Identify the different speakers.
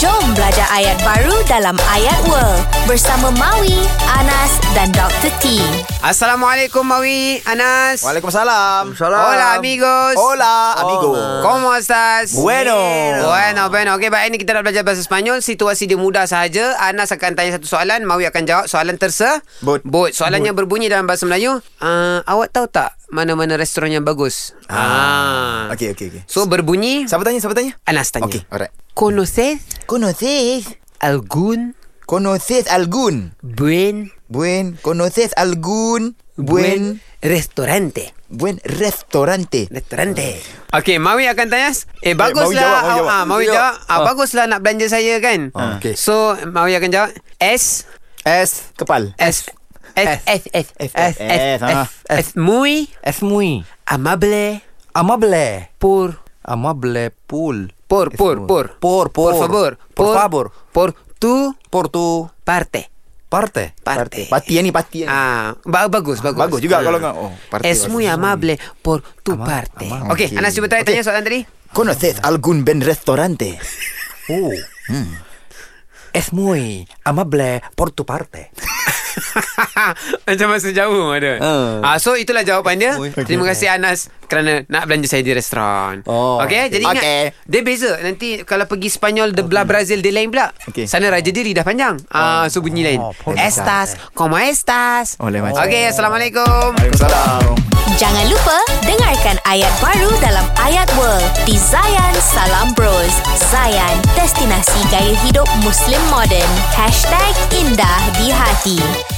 Speaker 1: Belajar ayat baru dalam Ayat World bersama Maui, Anas dan Dr. T.
Speaker 2: Assalamualaikum Mawi Anas
Speaker 3: Waalaikumsalam.
Speaker 2: Hola amigos
Speaker 3: Hola, amigo.
Speaker 2: ¿Cómo estás?
Speaker 3: Bueno.
Speaker 2: Bueno, bueno Ok, baik ni kita nak belajar bahasa Sepanyol Situasi dia mudah sahaja Anas akan tanya satu soalan Mawi akan jawab Soalan terse
Speaker 3: But.
Speaker 2: But Soalannya berbunyi dalam bahasa Melayu uh, Awak tahu tak Mana-mana restoran yang bagus? Ah.
Speaker 3: Okey, okey, okey.
Speaker 2: So berbunyi
Speaker 3: Siapa tanya? Siapa tanya?
Speaker 2: Anas tanya
Speaker 3: Okey, alright.
Speaker 2: ¿Conoces
Speaker 3: ¿Conoces?
Speaker 2: algún
Speaker 3: ¿Conoces algún?
Speaker 2: buen
Speaker 3: Buen. ¿Conoces algún
Speaker 2: buen
Speaker 3: buen
Speaker 2: restaurante?
Speaker 3: buen restaurante?
Speaker 2: Restaurante Okay Mawi akan tanya Eh
Speaker 3: Mawi
Speaker 2: baguslah
Speaker 3: jawab, Mawi
Speaker 2: awak-
Speaker 3: jawab.
Speaker 2: ah, Mawi
Speaker 3: Jawab.
Speaker 2: jawab ah, Baguslah nak belanja saya kan
Speaker 3: Ah, okey.
Speaker 2: So Mawi akan jawab S
Speaker 3: Es kepal.
Speaker 2: S S S S
Speaker 3: F, F, F, ah.
Speaker 2: S Muy
Speaker 4: Es muy
Speaker 2: Amable
Speaker 4: amable.
Speaker 2: Por
Speaker 4: Amable pool.
Speaker 2: Por
Speaker 4: Es
Speaker 2: Por
Speaker 4: muy-
Speaker 2: Por
Speaker 4: Por,
Speaker 2: Por
Speaker 4: por.
Speaker 2: favor
Speaker 4: Por favor.
Speaker 2: Por tu
Speaker 4: Por tu
Speaker 2: Parte
Speaker 4: parte.
Speaker 2: Parte
Speaker 3: Patian ni patian.
Speaker 2: Ah, ba- bagus, bagus.
Speaker 3: Bagus juga kalau kau- oh, parte
Speaker 2: es
Speaker 3: bagus.
Speaker 2: muy amable por tu parte. Okey,
Speaker 3: Okey.
Speaker 2: Anas cuba tanya, tanya soalan tadi.
Speaker 3: ¿Conoces algún buen restaurante?
Speaker 4: Oh. Es muy amable por tu parte.
Speaker 2: Macam masa jauh ada.
Speaker 4: Ah.
Speaker 2: Ah, so itulah jawapan dia.
Speaker 4: Oi.
Speaker 2: Terima kasih Anas kerana nak belanja saya di restoran.
Speaker 4: Oh.
Speaker 2: Okey, jadi ingat
Speaker 3: Okey.
Speaker 2: dia beza. Nanti kalau pergi Spanyol de belah Brazil dia lain pula.
Speaker 3: Okey.
Speaker 2: Sana raja dia lidah panjang. Ah, so bunyi lain.
Speaker 4: Oh, pun
Speaker 2: Estas, como estas.
Speaker 3: Oh, lain macam.
Speaker 2: Okey, assalamualaikum.
Speaker 3: Waalaikumsalam.
Speaker 1: Jangan lupa dengarkan ayat baru dalam Ayat World di Zayan Salam Bros. Zayan, destinasi gaya hidup Muslim modern. #IndahDiHati